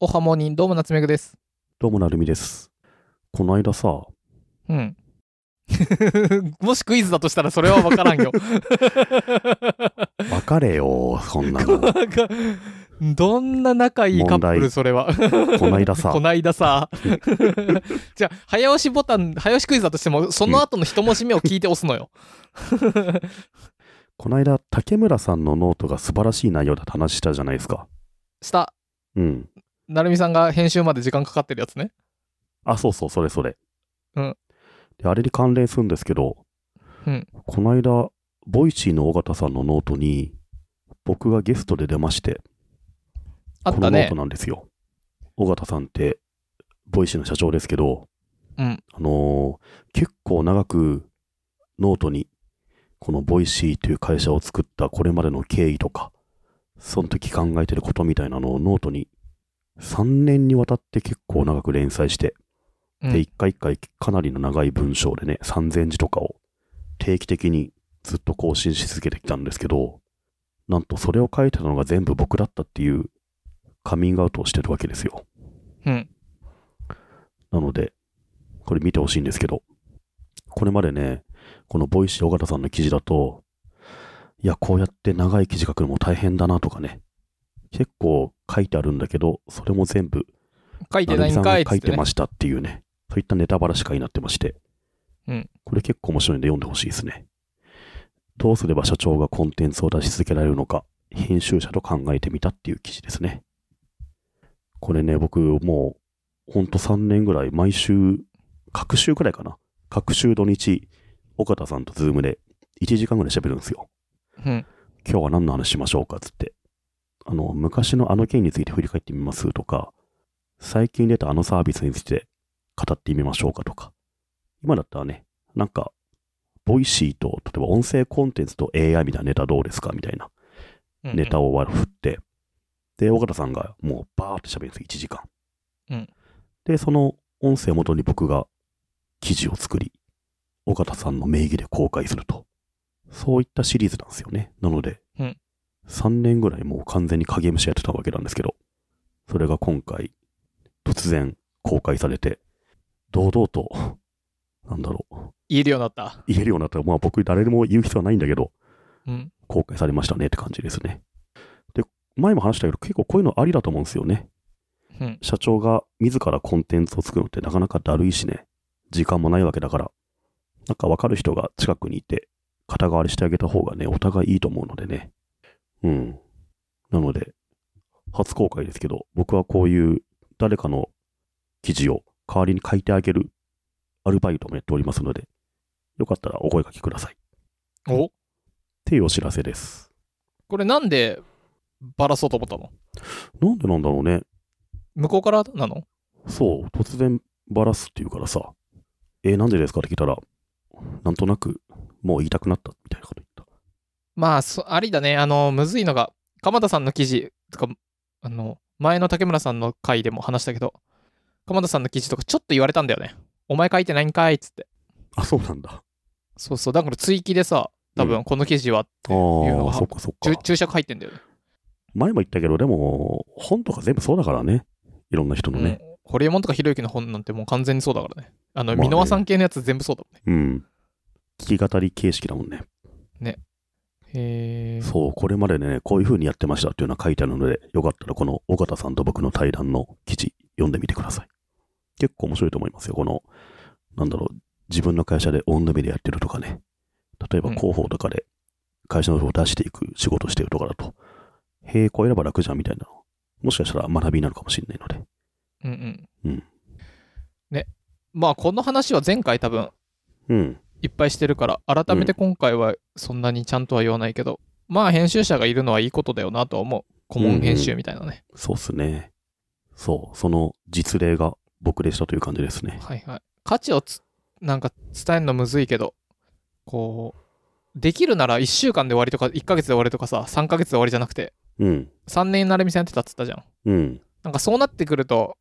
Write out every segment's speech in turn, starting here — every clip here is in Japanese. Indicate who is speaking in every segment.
Speaker 1: おはモーニンどうも夏目ぐです。
Speaker 2: どうもなるみです。この間さ、
Speaker 1: うん。 もしクイズだとしたらそれは分からん よ。
Speaker 2: 別れよ、そんなの。こ
Speaker 1: なんかどんな仲いいカップ
Speaker 2: 問
Speaker 1: ル
Speaker 2: 題
Speaker 1: それは。
Speaker 2: の間さ
Speaker 1: こ、ないだ さ。じゃあ、早押しボタン、早押しクイズだとしても、その後の一文字目を聞いて押すのよ。
Speaker 2: この間、竹村さんのノートが素晴らしい内容だって話したじゃないですか。
Speaker 1: 下、
Speaker 2: うん。
Speaker 1: なるみさんが編集まで時間かかってるやつね。
Speaker 2: あ、そうそう、それそれ。
Speaker 1: うん
Speaker 2: で。あれに関連するんですけど、
Speaker 1: うん
Speaker 2: この間、ボイシーの尾形さんのノートに、僕がゲストで出まして、
Speaker 1: あっ
Speaker 2: この
Speaker 1: た
Speaker 2: ノー
Speaker 1: ね
Speaker 2: ト。なんですよ。尾形さんって、ボイシーの社長ですけど、
Speaker 1: うん
Speaker 2: あのー結構長くノートに、このボイシーという会社を作ったこれまでの経緯とか、その時考えてることみたいなのをノートに、3年にわたって結構長く連載して、
Speaker 1: うん
Speaker 2: で、一回一回かなりの長い文章でね、3000字とかを定期的にずっと更新し続けてきたんですけど、なんとそれを書いてたのが全部僕だったっていうカミングアウトをしてるわけですよ。
Speaker 1: うん。
Speaker 2: なので、これ見てほしいんですけど、これまでね、このボイシー尾形さんの記事だと、いや、こうやって長い記事書くのも大変だなとかね、結構書いてあるんだけど、それも全部
Speaker 1: 書いてない
Speaker 2: 成
Speaker 1: ん
Speaker 2: 美さ
Speaker 1: かい
Speaker 2: ん
Speaker 1: っ
Speaker 2: が
Speaker 1: つ
Speaker 2: 書
Speaker 1: っ
Speaker 2: い
Speaker 1: て
Speaker 2: て
Speaker 1: ね
Speaker 2: ましたっていうね、そういったネタバラしかになってまして、
Speaker 1: うん
Speaker 2: これ結構面白いんで読んでほしいですね。どうすれば社長がコンテンツを出し続けられるのか、編集者と考えてみたっていう記事ですね。これね、僕もう、ほんと3年ぐらい、毎週、各週くらいかな。各週土日、岡田さんとズームで1時間ぐらい喋るんですよ。
Speaker 1: うん。
Speaker 2: 今日は何の話しましょうかっつって。あの、昔のあの件について振り返ってみますとか、最近出たあのサービスについて語ってみましょうかとか。今だったらね、なんか、ボイシーと、例えば音声コンテンツと AI みたいなネタどうですかみたいな
Speaker 1: うん
Speaker 2: ネタを割り振って、で、尾形さんがもうバーって喋るんですよ、1時間。
Speaker 1: うん
Speaker 2: で、その音声をもとに僕が記事を作り、尾形さんの名義で公開すると。そういったシリーズなんですよね。なので、
Speaker 1: うん
Speaker 2: 3年ぐらいもう完全に影武者やってたわけなんですけど、それが今回、突然公開されて、堂々と、なんだろう、
Speaker 1: 言えるようになった。
Speaker 2: 言えるようになったら、まあ僕誰にも言う必要はないんだけど、
Speaker 1: うん。
Speaker 2: 公開されましたねって感じですね。で、前も話したけど、結構こういうのありだと思うんですよね。
Speaker 1: うん。
Speaker 2: 社長が自らコンテンツを作るのってなかなかだるいしね、時間もないわけだから、なんかわかる人が近くにいて、肩代わりしてあげた方がね、お互いいいと思うのでね。うん。なので、初公開ですけど、僕はこういう誰かの記事を代わりに書いてあげるアルバイトもやっておりますので、よかったらお声掛けください。っ
Speaker 1: お
Speaker 2: ていうお知らせです。
Speaker 1: これなんでバラそうと思ったの
Speaker 2: なんでなんだろうね。
Speaker 1: 向こうからなの
Speaker 2: そう、突然バラすって言うからさ、えーなんでですかって聞いたら、なんとなく、もう言いたくなったみたいなこと言った。
Speaker 1: まあそありだねあのむずいのが鎌田さんの記事とかあの前の竹村さんの回でも話したけど鎌田さんの記事とかちょっと言われたんだよねお前書いてないんかいっつって
Speaker 2: あ、そうなんだ。あ
Speaker 1: そうそうだから追記でさ多分この記事は、
Speaker 2: あ
Speaker 1: いうのが
Speaker 2: ー、そっかそっ
Speaker 1: 注
Speaker 2: か。
Speaker 1: 注釈入ってんだよね
Speaker 2: 前も言ったけど、でも、本とか全部そうだからね。いろんな人のね。
Speaker 1: うん堀江門とかひろゆきの本なんてもう完全にそうだからねあの
Speaker 2: まあね
Speaker 1: 箕輪、さん系のやつ全部そうだもんね
Speaker 2: うん。聞き語り形式だもんね。
Speaker 1: へえ
Speaker 2: そう、これまでね、こういう風にやってましたっていうのは書いてあるので、よかったらこの尾形さんと僕の対談の記事読んでみてください。結構面白いと思いますよ。この、なんだろう、自分の会社でオンドミでやってるとかね。例えば
Speaker 1: うん
Speaker 2: 広報とかで会社の人を出していく仕事してるとかだと、へえ、こうやれば楽じゃんみたいなの。もしかしたら学びになるかもしれないので。
Speaker 1: うんう
Speaker 2: うんん
Speaker 1: ねまあこの話は前回多分
Speaker 2: うん。
Speaker 1: いっぱいしてるから改めて今回はそんなにちゃんとは言わないけど、まあ編集者がいるのはいいことだよなとは思う顧問編集みたいなね、
Speaker 2: そうっすね。そう、その実例が僕でしたという感じですね。
Speaker 1: はいはい価値をつなんか伝えるのむずいけどこうできるなら1週間で終わりとか1ヶ月で終わりとかさ3ヶ月で終わりじゃなくて
Speaker 2: うん。
Speaker 1: 3年なるみさんやってたっつったじゃん
Speaker 2: うん。
Speaker 1: なんかそうなってくると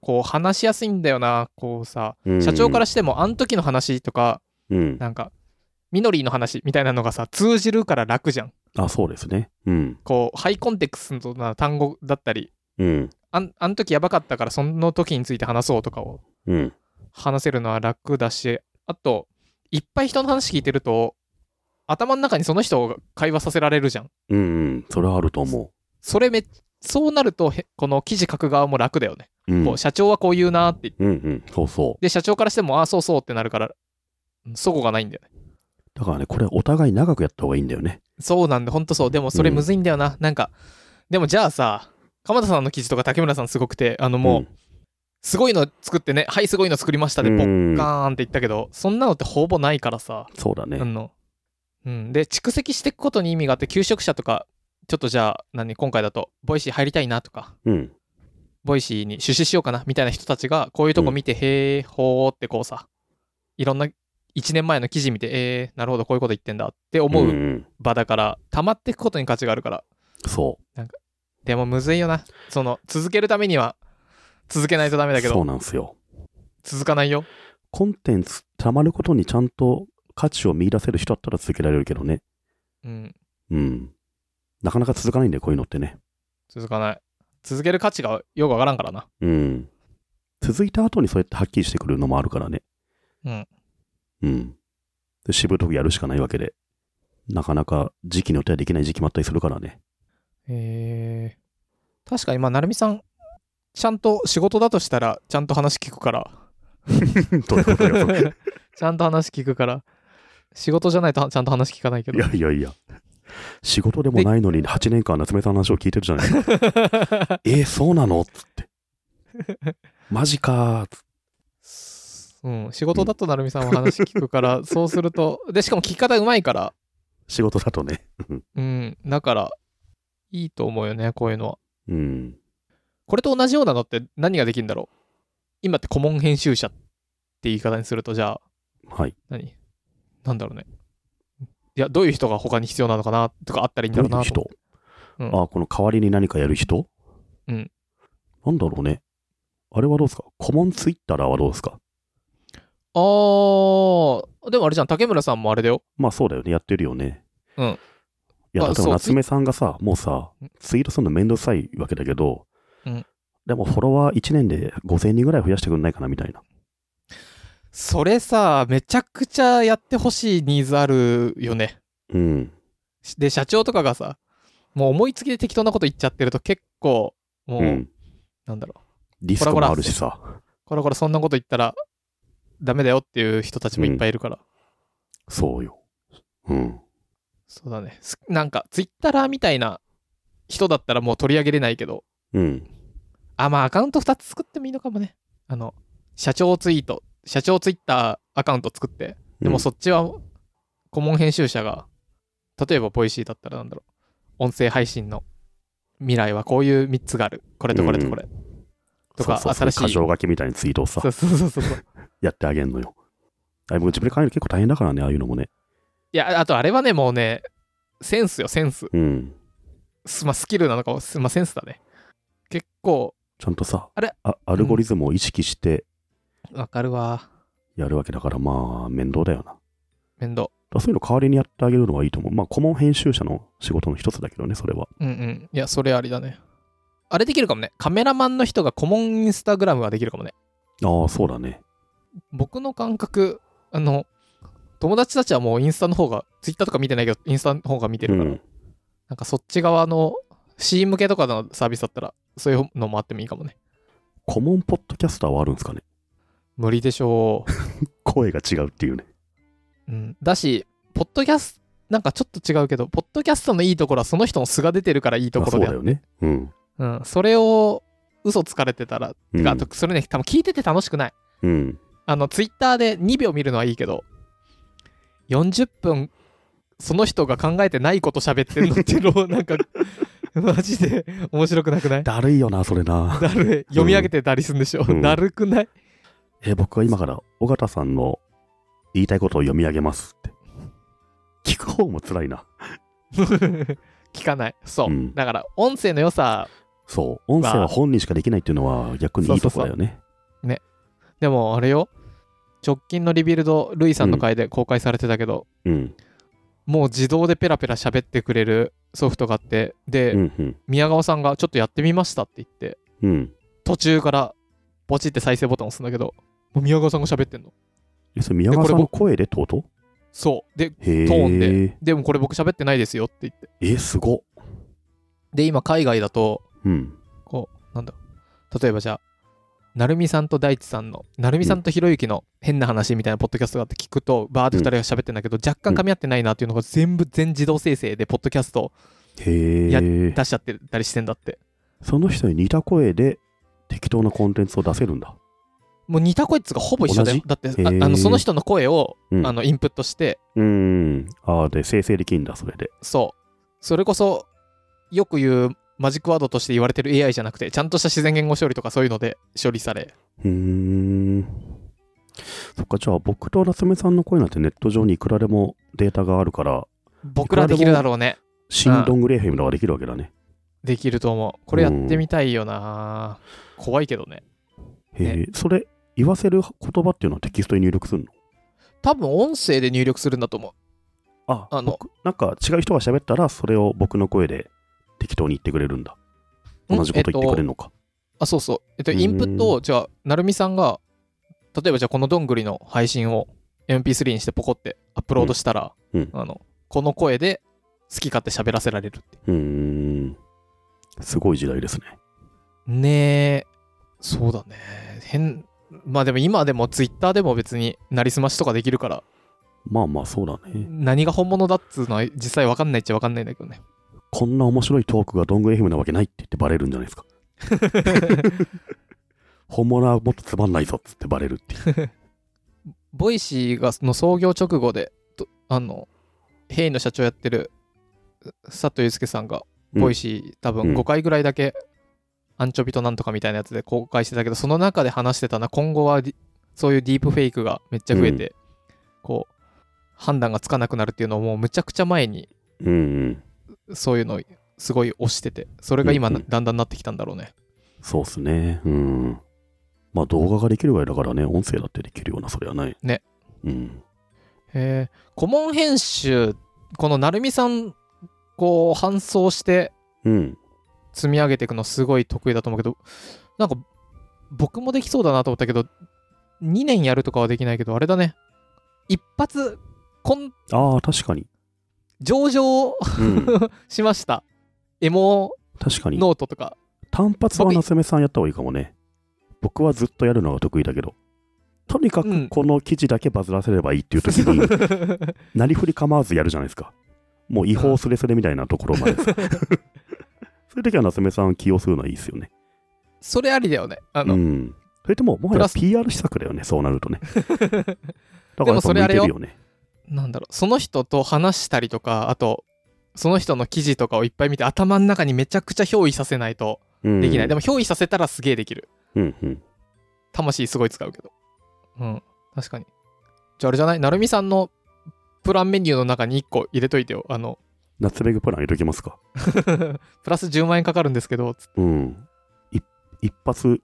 Speaker 1: こう話しやすいんだよなこうさ
Speaker 2: うん
Speaker 1: 社長からしてもあの時の話とか
Speaker 2: うん。
Speaker 1: なんかみのりの話みたいなのがさ通じるから楽じゃん
Speaker 2: あ、そうですね。うん。
Speaker 1: こうハイコンテクストな単語だったり
Speaker 2: うん。
Speaker 1: あん、あの時やばかったから、その時について話そうとかを
Speaker 2: うん。
Speaker 1: 話せるのは楽だし、あと、いっぱい人の話聞いてると、頭の中にその人を会話させられるじゃん。
Speaker 2: うんうん。それはあると思
Speaker 1: それめ、そうなると、へこの記事書く側も楽だよね。
Speaker 2: う。うん。
Speaker 1: こう社長はこう言うなって言って、
Speaker 2: うんうん。そうそう。
Speaker 1: で、社長からしても、ああ、そうそうってなるから、うん齟齬がないんだよね。
Speaker 2: だからね、これお互い長くやった方がいいんだよね。
Speaker 1: そうなんだ、ほんとそう。でも、それむずいんだよな。なんか、でもじゃあさ、鎌田さんの記事とか竹村さんすごくて、あのもう、すごいの作ってね、はい、すごいの作りましたで、
Speaker 2: うん
Speaker 1: ポッカーンって言ったけど、そんなのってほぼないからさ、
Speaker 2: うん、そうだ
Speaker 1: あ
Speaker 2: ね。
Speaker 1: の、うん。で、蓄積していくことに意味があって、求職者とか、ちょっとじゃあ、何、今回だと、ボイシー入りたいなとか、
Speaker 2: うん。
Speaker 1: ボイシーに出資しようかなみたいな人たちが、こういうとこ見て、へー、ほーってこうさ、いろんな1年前の記事見て、えー、なるほど、こういうこと言ってんだって思
Speaker 2: うん
Speaker 1: う
Speaker 2: うん。
Speaker 1: 場だから、溜まっていくことに価値があるから、
Speaker 2: そ
Speaker 1: でもむずいよな。その、続けるためには、続けないとダメだ
Speaker 2: う。
Speaker 1: け
Speaker 2: そう
Speaker 1: ど、
Speaker 2: なんですよ。
Speaker 1: 続かないよ。
Speaker 2: コンテンツ、たまることにちゃんと価値を見出せる人だったら続けられるけどね。
Speaker 1: うん。
Speaker 2: うん。なかなか続かないんだよ、こういうのってね。
Speaker 1: 続かない続ける価値がよくわからんからな
Speaker 2: うん。続いた後にそうやってはっきりしてくるのもあるからね。
Speaker 1: うん。
Speaker 2: うん。で、しぶとくやるしかないわけで。なかなか時期によってはできない時期もあったりするからね。
Speaker 1: へえ確かにまあ成美さんちゃんと仕事だとしたらちゃんと話聞くから
Speaker 2: どういうことよ。
Speaker 1: ちゃんと話聞くから仕事じゃないとちゃんと話聞かないけ
Speaker 2: い
Speaker 1: ど
Speaker 2: やいやいや。仕事でもないのに8年間夏目さんの話を聞いてるじゃな いですか。えー、そうなのっつって。マジかーっつって
Speaker 1: うん仕事だと成美さんは話聞くから そうするとでしかも聞き方うまいから
Speaker 2: 仕事だとね。
Speaker 1: うんだからいいと思うよねこういうのは
Speaker 2: うん。
Speaker 1: これと同じようなのって何ができるんだろう今って顧問編集者って言い方にするとじゃあ
Speaker 2: はい。
Speaker 1: 何なんだろうね。いや、どういう人が他に必要なのかなとかあったらいいんだ
Speaker 2: どう
Speaker 1: ろう
Speaker 2: いう
Speaker 1: なと
Speaker 2: 人
Speaker 1: 思、うん
Speaker 2: あーこの代わりに何かやる人
Speaker 1: うん。
Speaker 2: なんだろうね。あれはどうですかコモンツイッターはどうですか
Speaker 1: って。あー、でもあれじゃん、竹村さんもあれだよ。
Speaker 2: まあそうだよね。やってるよね。
Speaker 1: うん
Speaker 2: いや、
Speaker 1: あ
Speaker 2: 例え
Speaker 1: そ
Speaker 2: ば
Speaker 1: う
Speaker 2: 夏目さんがさ、もうさ
Speaker 1: うん、
Speaker 2: ツイートするのめんどくさいわけだけど、
Speaker 1: うん
Speaker 2: でもフォロワー1年で5000人ぐらい増やしてくんないかなみたいな。
Speaker 1: それさ、めちゃくちゃやってほしいニーズあるよね。
Speaker 2: うん。
Speaker 1: で、社長とかがさ、もう思いつきで適当なこと言っちゃってると結構、もう、
Speaker 2: うん。
Speaker 1: なんだろう、
Speaker 2: リスクもあるしさ。
Speaker 1: これこれそんなこと言ったらダメだよっていう人たちもいっぱいいるから。
Speaker 2: そうよ。うん。
Speaker 1: そうだね。すなんか、ツイッターみたいな人だったらもう取り上げれないけど、
Speaker 2: うん。
Speaker 1: あ、まあアカウント2つ作ってもいいのかもね。あの、社長ツイート、社長ツイッターアカウント作って、でもそっちは顧問編集者が、例えばボイシーだったらなんだろう、音声配信の未来はこういう3つがある。これとこれとこれ。
Speaker 2: うん
Speaker 1: とか
Speaker 2: そうそうそう
Speaker 1: 新しい
Speaker 2: 箇条書きみたいにツイートをさ
Speaker 1: そ、うそうそうそうそう。
Speaker 2: やってあげんのよ。あれもう自分で考えるの結構大変だからね、ああいうのもね。
Speaker 1: いや、あとあれはね、もうね、センスよ、センス。
Speaker 2: うん。
Speaker 1: すまあ、スキルなのかも、すまあ、センスだね。結構、
Speaker 2: ちゃんとさ、
Speaker 1: あれ
Speaker 2: アルゴリズムを意識して
Speaker 1: わかるわ。
Speaker 2: やるわけだから、まあ、面倒だよな。だか
Speaker 1: 面倒。
Speaker 2: らそういうの代わりにやってあげるのはいいと思う。まあ、顧問編集者の仕事の一つだけどね、それは。
Speaker 1: うんうん。いや、それありだね。あれできるかもね。カメラマンの人が顧問インスタグラムはできるかもね。
Speaker 2: ああ、そうだね。
Speaker 1: 僕の感覚、あの、友達たちはもうインスタの方が、ツイッターとか見てないけど、インスタの方が見て
Speaker 2: う
Speaker 1: るから、
Speaker 2: ん。
Speaker 1: なんかそっち側の C 向けとかのサービスだったら、そういうのもあってもいいかもね。
Speaker 2: 顧問ポッドキャスターはあるんですかね。
Speaker 1: 無理でしょ
Speaker 2: 声が違うっていうね。
Speaker 1: う。うん。だし、ポッドキャスト、なんかちょっと違うけど、ポッドキャストのいいところはその人の素が出てるからいいと
Speaker 2: まあ
Speaker 1: こ
Speaker 2: そ
Speaker 1: ろ
Speaker 2: う
Speaker 1: であ
Speaker 2: だ
Speaker 1: る
Speaker 2: よね。うん。
Speaker 1: うん。それを嘘つかれてたら、
Speaker 2: う
Speaker 1: て
Speaker 2: ん
Speaker 1: か、あと、それね、多分聞いてて楽しくない。
Speaker 2: うん。
Speaker 1: あの、ツイッターで2秒見るのはいいけど、40分、その人が考えてないこと喋ってるのっていう のを、なんか、マジで面白くなくない
Speaker 2: だるいよな、それな。
Speaker 1: だるい。読み上げてたりするんでしょ。
Speaker 2: うん
Speaker 1: だるくない
Speaker 2: えー僕は今から尾形さんの言いたいことを読み上げますって。聞く方も辛いな。
Speaker 1: 聞かない。そう。
Speaker 2: うん
Speaker 1: だから、音声の良さ、
Speaker 2: そう。音声
Speaker 1: ま
Speaker 2: は
Speaker 1: あ
Speaker 2: 本人しかできないっていうのは逆にいいとこだよね。
Speaker 1: でも、あれよ、直近のリビルド、ルイさんの回で公開されてたけど、
Speaker 2: うん。
Speaker 1: もう自動でペラペラ喋ってくれるソフトがあって、で、
Speaker 2: うん。うん。
Speaker 1: 宮川さんがちょっとやってみましたって言って、
Speaker 2: ううん。
Speaker 1: 途中からポチって再生ボタン押すんだけど、もう宮川さんが喋ってんの。
Speaker 2: え、それ宮川さんの声でってこと
Speaker 1: そう。で、
Speaker 2: へえ。
Speaker 1: トーンででもこれ僕喋ってないですよって言って。
Speaker 2: え、すごっ。
Speaker 1: で、今海外だと、
Speaker 2: うん。
Speaker 1: こう、なんだろう例えばじゃあ、なるみさんと大地さんの、なるみさんとひろゆきの変な話みたいなポッドキャストがあって聞くと、バーって2人が喋ってんだけど、若干噛み合ってないなっていうのが全部全自動生成で、ポッドキャストや
Speaker 2: へえ。
Speaker 1: 出しちゃってたりしてんだって。
Speaker 2: その人に似た声で適当なコンテンツを出せるんだ。
Speaker 1: もう似た声っつうかほぼ一緒だよ。だって、ああ
Speaker 2: へー
Speaker 1: のその人の声を、
Speaker 2: うん
Speaker 1: あのインプットして、
Speaker 2: うん。ああ、で、生成できるんだ、それで。
Speaker 1: そう。それこそ、よく言うマジックワードとして言われてる AI じゃなくて、ちゃんとした自然言語処理とかそういうので処理され。
Speaker 2: うーん。そっか、じゃあ僕と夏目さんの声なんてネット上にいくらでもデータがあるから、
Speaker 1: 僕らできるだろうね。
Speaker 2: 新ドングレーフェムとかできるわけだね。
Speaker 1: できると思う。これやってみたいよな、怖いけどね。
Speaker 2: へえ、それ、言わせる言葉っていうのはテキストに入力するの
Speaker 1: 多分音声で入力するんだと思う。
Speaker 2: あ
Speaker 1: あの、
Speaker 2: なんか違う人が喋ったら、それを僕の声で適当に言ってくれるんだ。
Speaker 1: ん
Speaker 2: 同じこと言ってくれ
Speaker 1: え
Speaker 2: る
Speaker 1: っ
Speaker 2: のか。
Speaker 1: あ、そうそう。えっと、
Speaker 2: うん
Speaker 1: インプットを、じゃあ、なるみさんが、例えばじゃあこのどんぐりの配信を MP3 にしてポコってアップロードしたら、
Speaker 2: うんうん
Speaker 1: あのこの声で好き勝手喋らせられるって。
Speaker 2: うーん。すごい時代ですね。
Speaker 1: ねえ、そうだね。変、まあでも今でも Twitter でも別になりすましとかできるから、
Speaker 2: まあまあ、そうだね。
Speaker 1: 何が本物だっつうのは実際わかんないっちゃわかんないんだけどね。
Speaker 2: こんな面白いトークがドングレーフェムなわけないって言ってバレるんじゃな いですか。本物はもっとつまんないぞっつってバレるっていう。
Speaker 1: ボイシーがの創業直後で、とあの、ヘイの社長やってる佐藤祐介さんが、
Speaker 2: うん
Speaker 1: ボイシー多
Speaker 2: う
Speaker 1: 分
Speaker 2: ん
Speaker 1: 5回ぐらいだけ、アンチョビとなんとかみたいなやつで公開してたけど、その中で話してたな、今後はディそういうディープフェイクがめっちゃ増えて、こう、判断がつかなくなるっていうのをもうむちゃくちゃ前に
Speaker 2: うんうん。
Speaker 1: そういうのすごい推してて、それが今
Speaker 2: うん
Speaker 1: な、
Speaker 2: うん
Speaker 1: だんだんなってきたんだろうね。
Speaker 2: そうっすね。うん。まあ動画ができるぐらいだからね、音声だってできるような、それはない。
Speaker 1: ね。
Speaker 2: うん。
Speaker 1: へえ、顧問編集、この成美さん、こう、搬送して
Speaker 2: うん。
Speaker 1: 積み上げていくのすごい得意だと思うけど、なんか、僕もできそうだなと思ったけど、2年やるとかはできないけど、あれだね。一発、こん、
Speaker 2: ああ、確かに。
Speaker 1: 上場
Speaker 2: うん。
Speaker 1: しました。エモ
Speaker 2: 確かに。
Speaker 1: ノートとか。
Speaker 2: 単発は
Speaker 1: 僕
Speaker 2: 夏目さんやった方がいいかもね。僕はずっとやるのが得意だけど。とにか
Speaker 1: う
Speaker 2: く
Speaker 1: ん
Speaker 2: この記事だけバズらせればいいっていう時 に、なりふり構わずやるじゃないですか。もう違法スレスレみたいなとこ ろまでさ。そういう時は夏目さん起用するのはいいですよね。
Speaker 1: それありだよね。あ
Speaker 2: う
Speaker 1: の、
Speaker 2: ん。それとも、もは
Speaker 1: プ
Speaker 2: や
Speaker 1: ラス
Speaker 2: PR 施策だよね、そうなるとね。だ
Speaker 1: で
Speaker 2: から
Speaker 1: も
Speaker 2: やっぱ
Speaker 1: そ
Speaker 2: 向
Speaker 1: れ
Speaker 2: い
Speaker 1: あれ
Speaker 2: て
Speaker 1: よ
Speaker 2: るよね。
Speaker 1: なんだろう、その人と話したりとか、あと、その人の記事とかをいっぱい見て、頭の中にめちゃくちゃ憑依させないとできない。で
Speaker 2: も、
Speaker 1: も、憑依させたらすげえできる。
Speaker 2: うんうん。
Speaker 1: 魂すごい使うけど。うん、確かに。じゃあ、あれじゃない成美さんのプランメニューの中に1個入れといてよ。あの、
Speaker 2: 夏ベグプラン入れときますか。
Speaker 1: プラス10万円かかるんですけど、つ
Speaker 2: うん。い一発、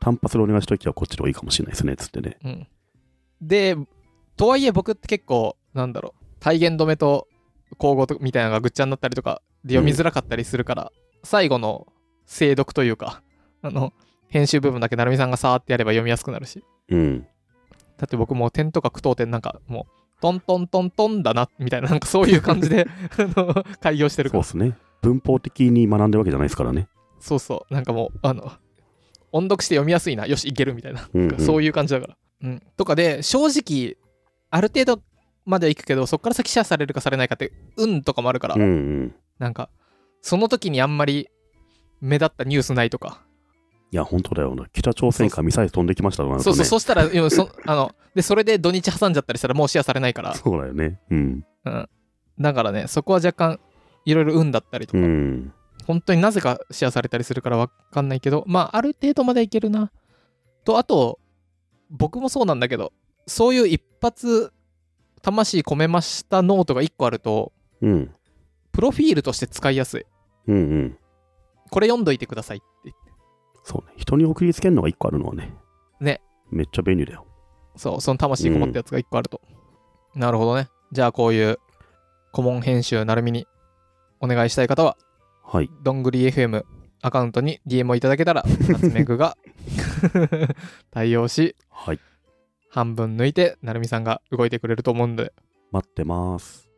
Speaker 2: 単発でお願いした時はこっちの方がいいかもしれないですね、つってね。
Speaker 1: うん。で、とはいえ僕って結構、なんだろう、体言止めと口語とみたいなのがぐっちゃになったりとか、で読みづらかったりするから、最後の精読というか、あの、編集部分だけ成美さんがさーってやれば読みやすくなるし、
Speaker 2: うん。
Speaker 1: だって僕もう点とか句読点なんかもう、トントントントンだな、みたいな、なんかそういう感じで、 あの、開業してるか
Speaker 2: そう
Speaker 1: ら
Speaker 2: で、すね。文法的に学んでるわけじゃないですからね。
Speaker 1: そうそう、なんかもう、あの、音読して読みやすいな、よし、いけるみたいな。
Speaker 2: うんうん
Speaker 1: そういう感じだから。うん、とかで正直ある程度までは行くけどそこから先シェアされるかされないかって運とかもあるから、
Speaker 2: うんうん。
Speaker 1: なんかその時にあんまり目立ったニュースないとか
Speaker 2: いや、本当だよな。北朝鮮からミサイル飛んできましたとかなる
Speaker 1: そ
Speaker 2: と
Speaker 1: う
Speaker 2: ね。
Speaker 1: そうそしたらうんそ あのでそれで土日挟んじゃったりしたらもうシェアされないから、
Speaker 2: そうだよね。うん。
Speaker 1: うん、だからねそこは若干いろいろ運だったりと
Speaker 2: う
Speaker 1: か、
Speaker 2: ん。
Speaker 1: 本当になぜかシェアされたりするからわかんないけどまあある程度までいけるなとあと僕もそうなんだけどそういう一発魂込めましたノートが1個あると
Speaker 2: うん。
Speaker 1: プロフィールとして使いやすい
Speaker 2: うんうん。
Speaker 1: これ読んどいてくださいって言って
Speaker 2: そうね。人に送りつけるのが一個あるのはね。
Speaker 1: ね。
Speaker 2: めっちゃ便利だよ。
Speaker 1: そうその魂こもったやつが1個あると、なるほどねじゃあこういう顧問編集なるみにお願いしたい方は
Speaker 2: はい。
Speaker 1: どんぐり FM アカウントに DM をいただけたら、夏目くが 対応し、
Speaker 2: はい。
Speaker 1: 半分抜いて、なるみさんが動いてくれると思うんで、
Speaker 2: 待ってます。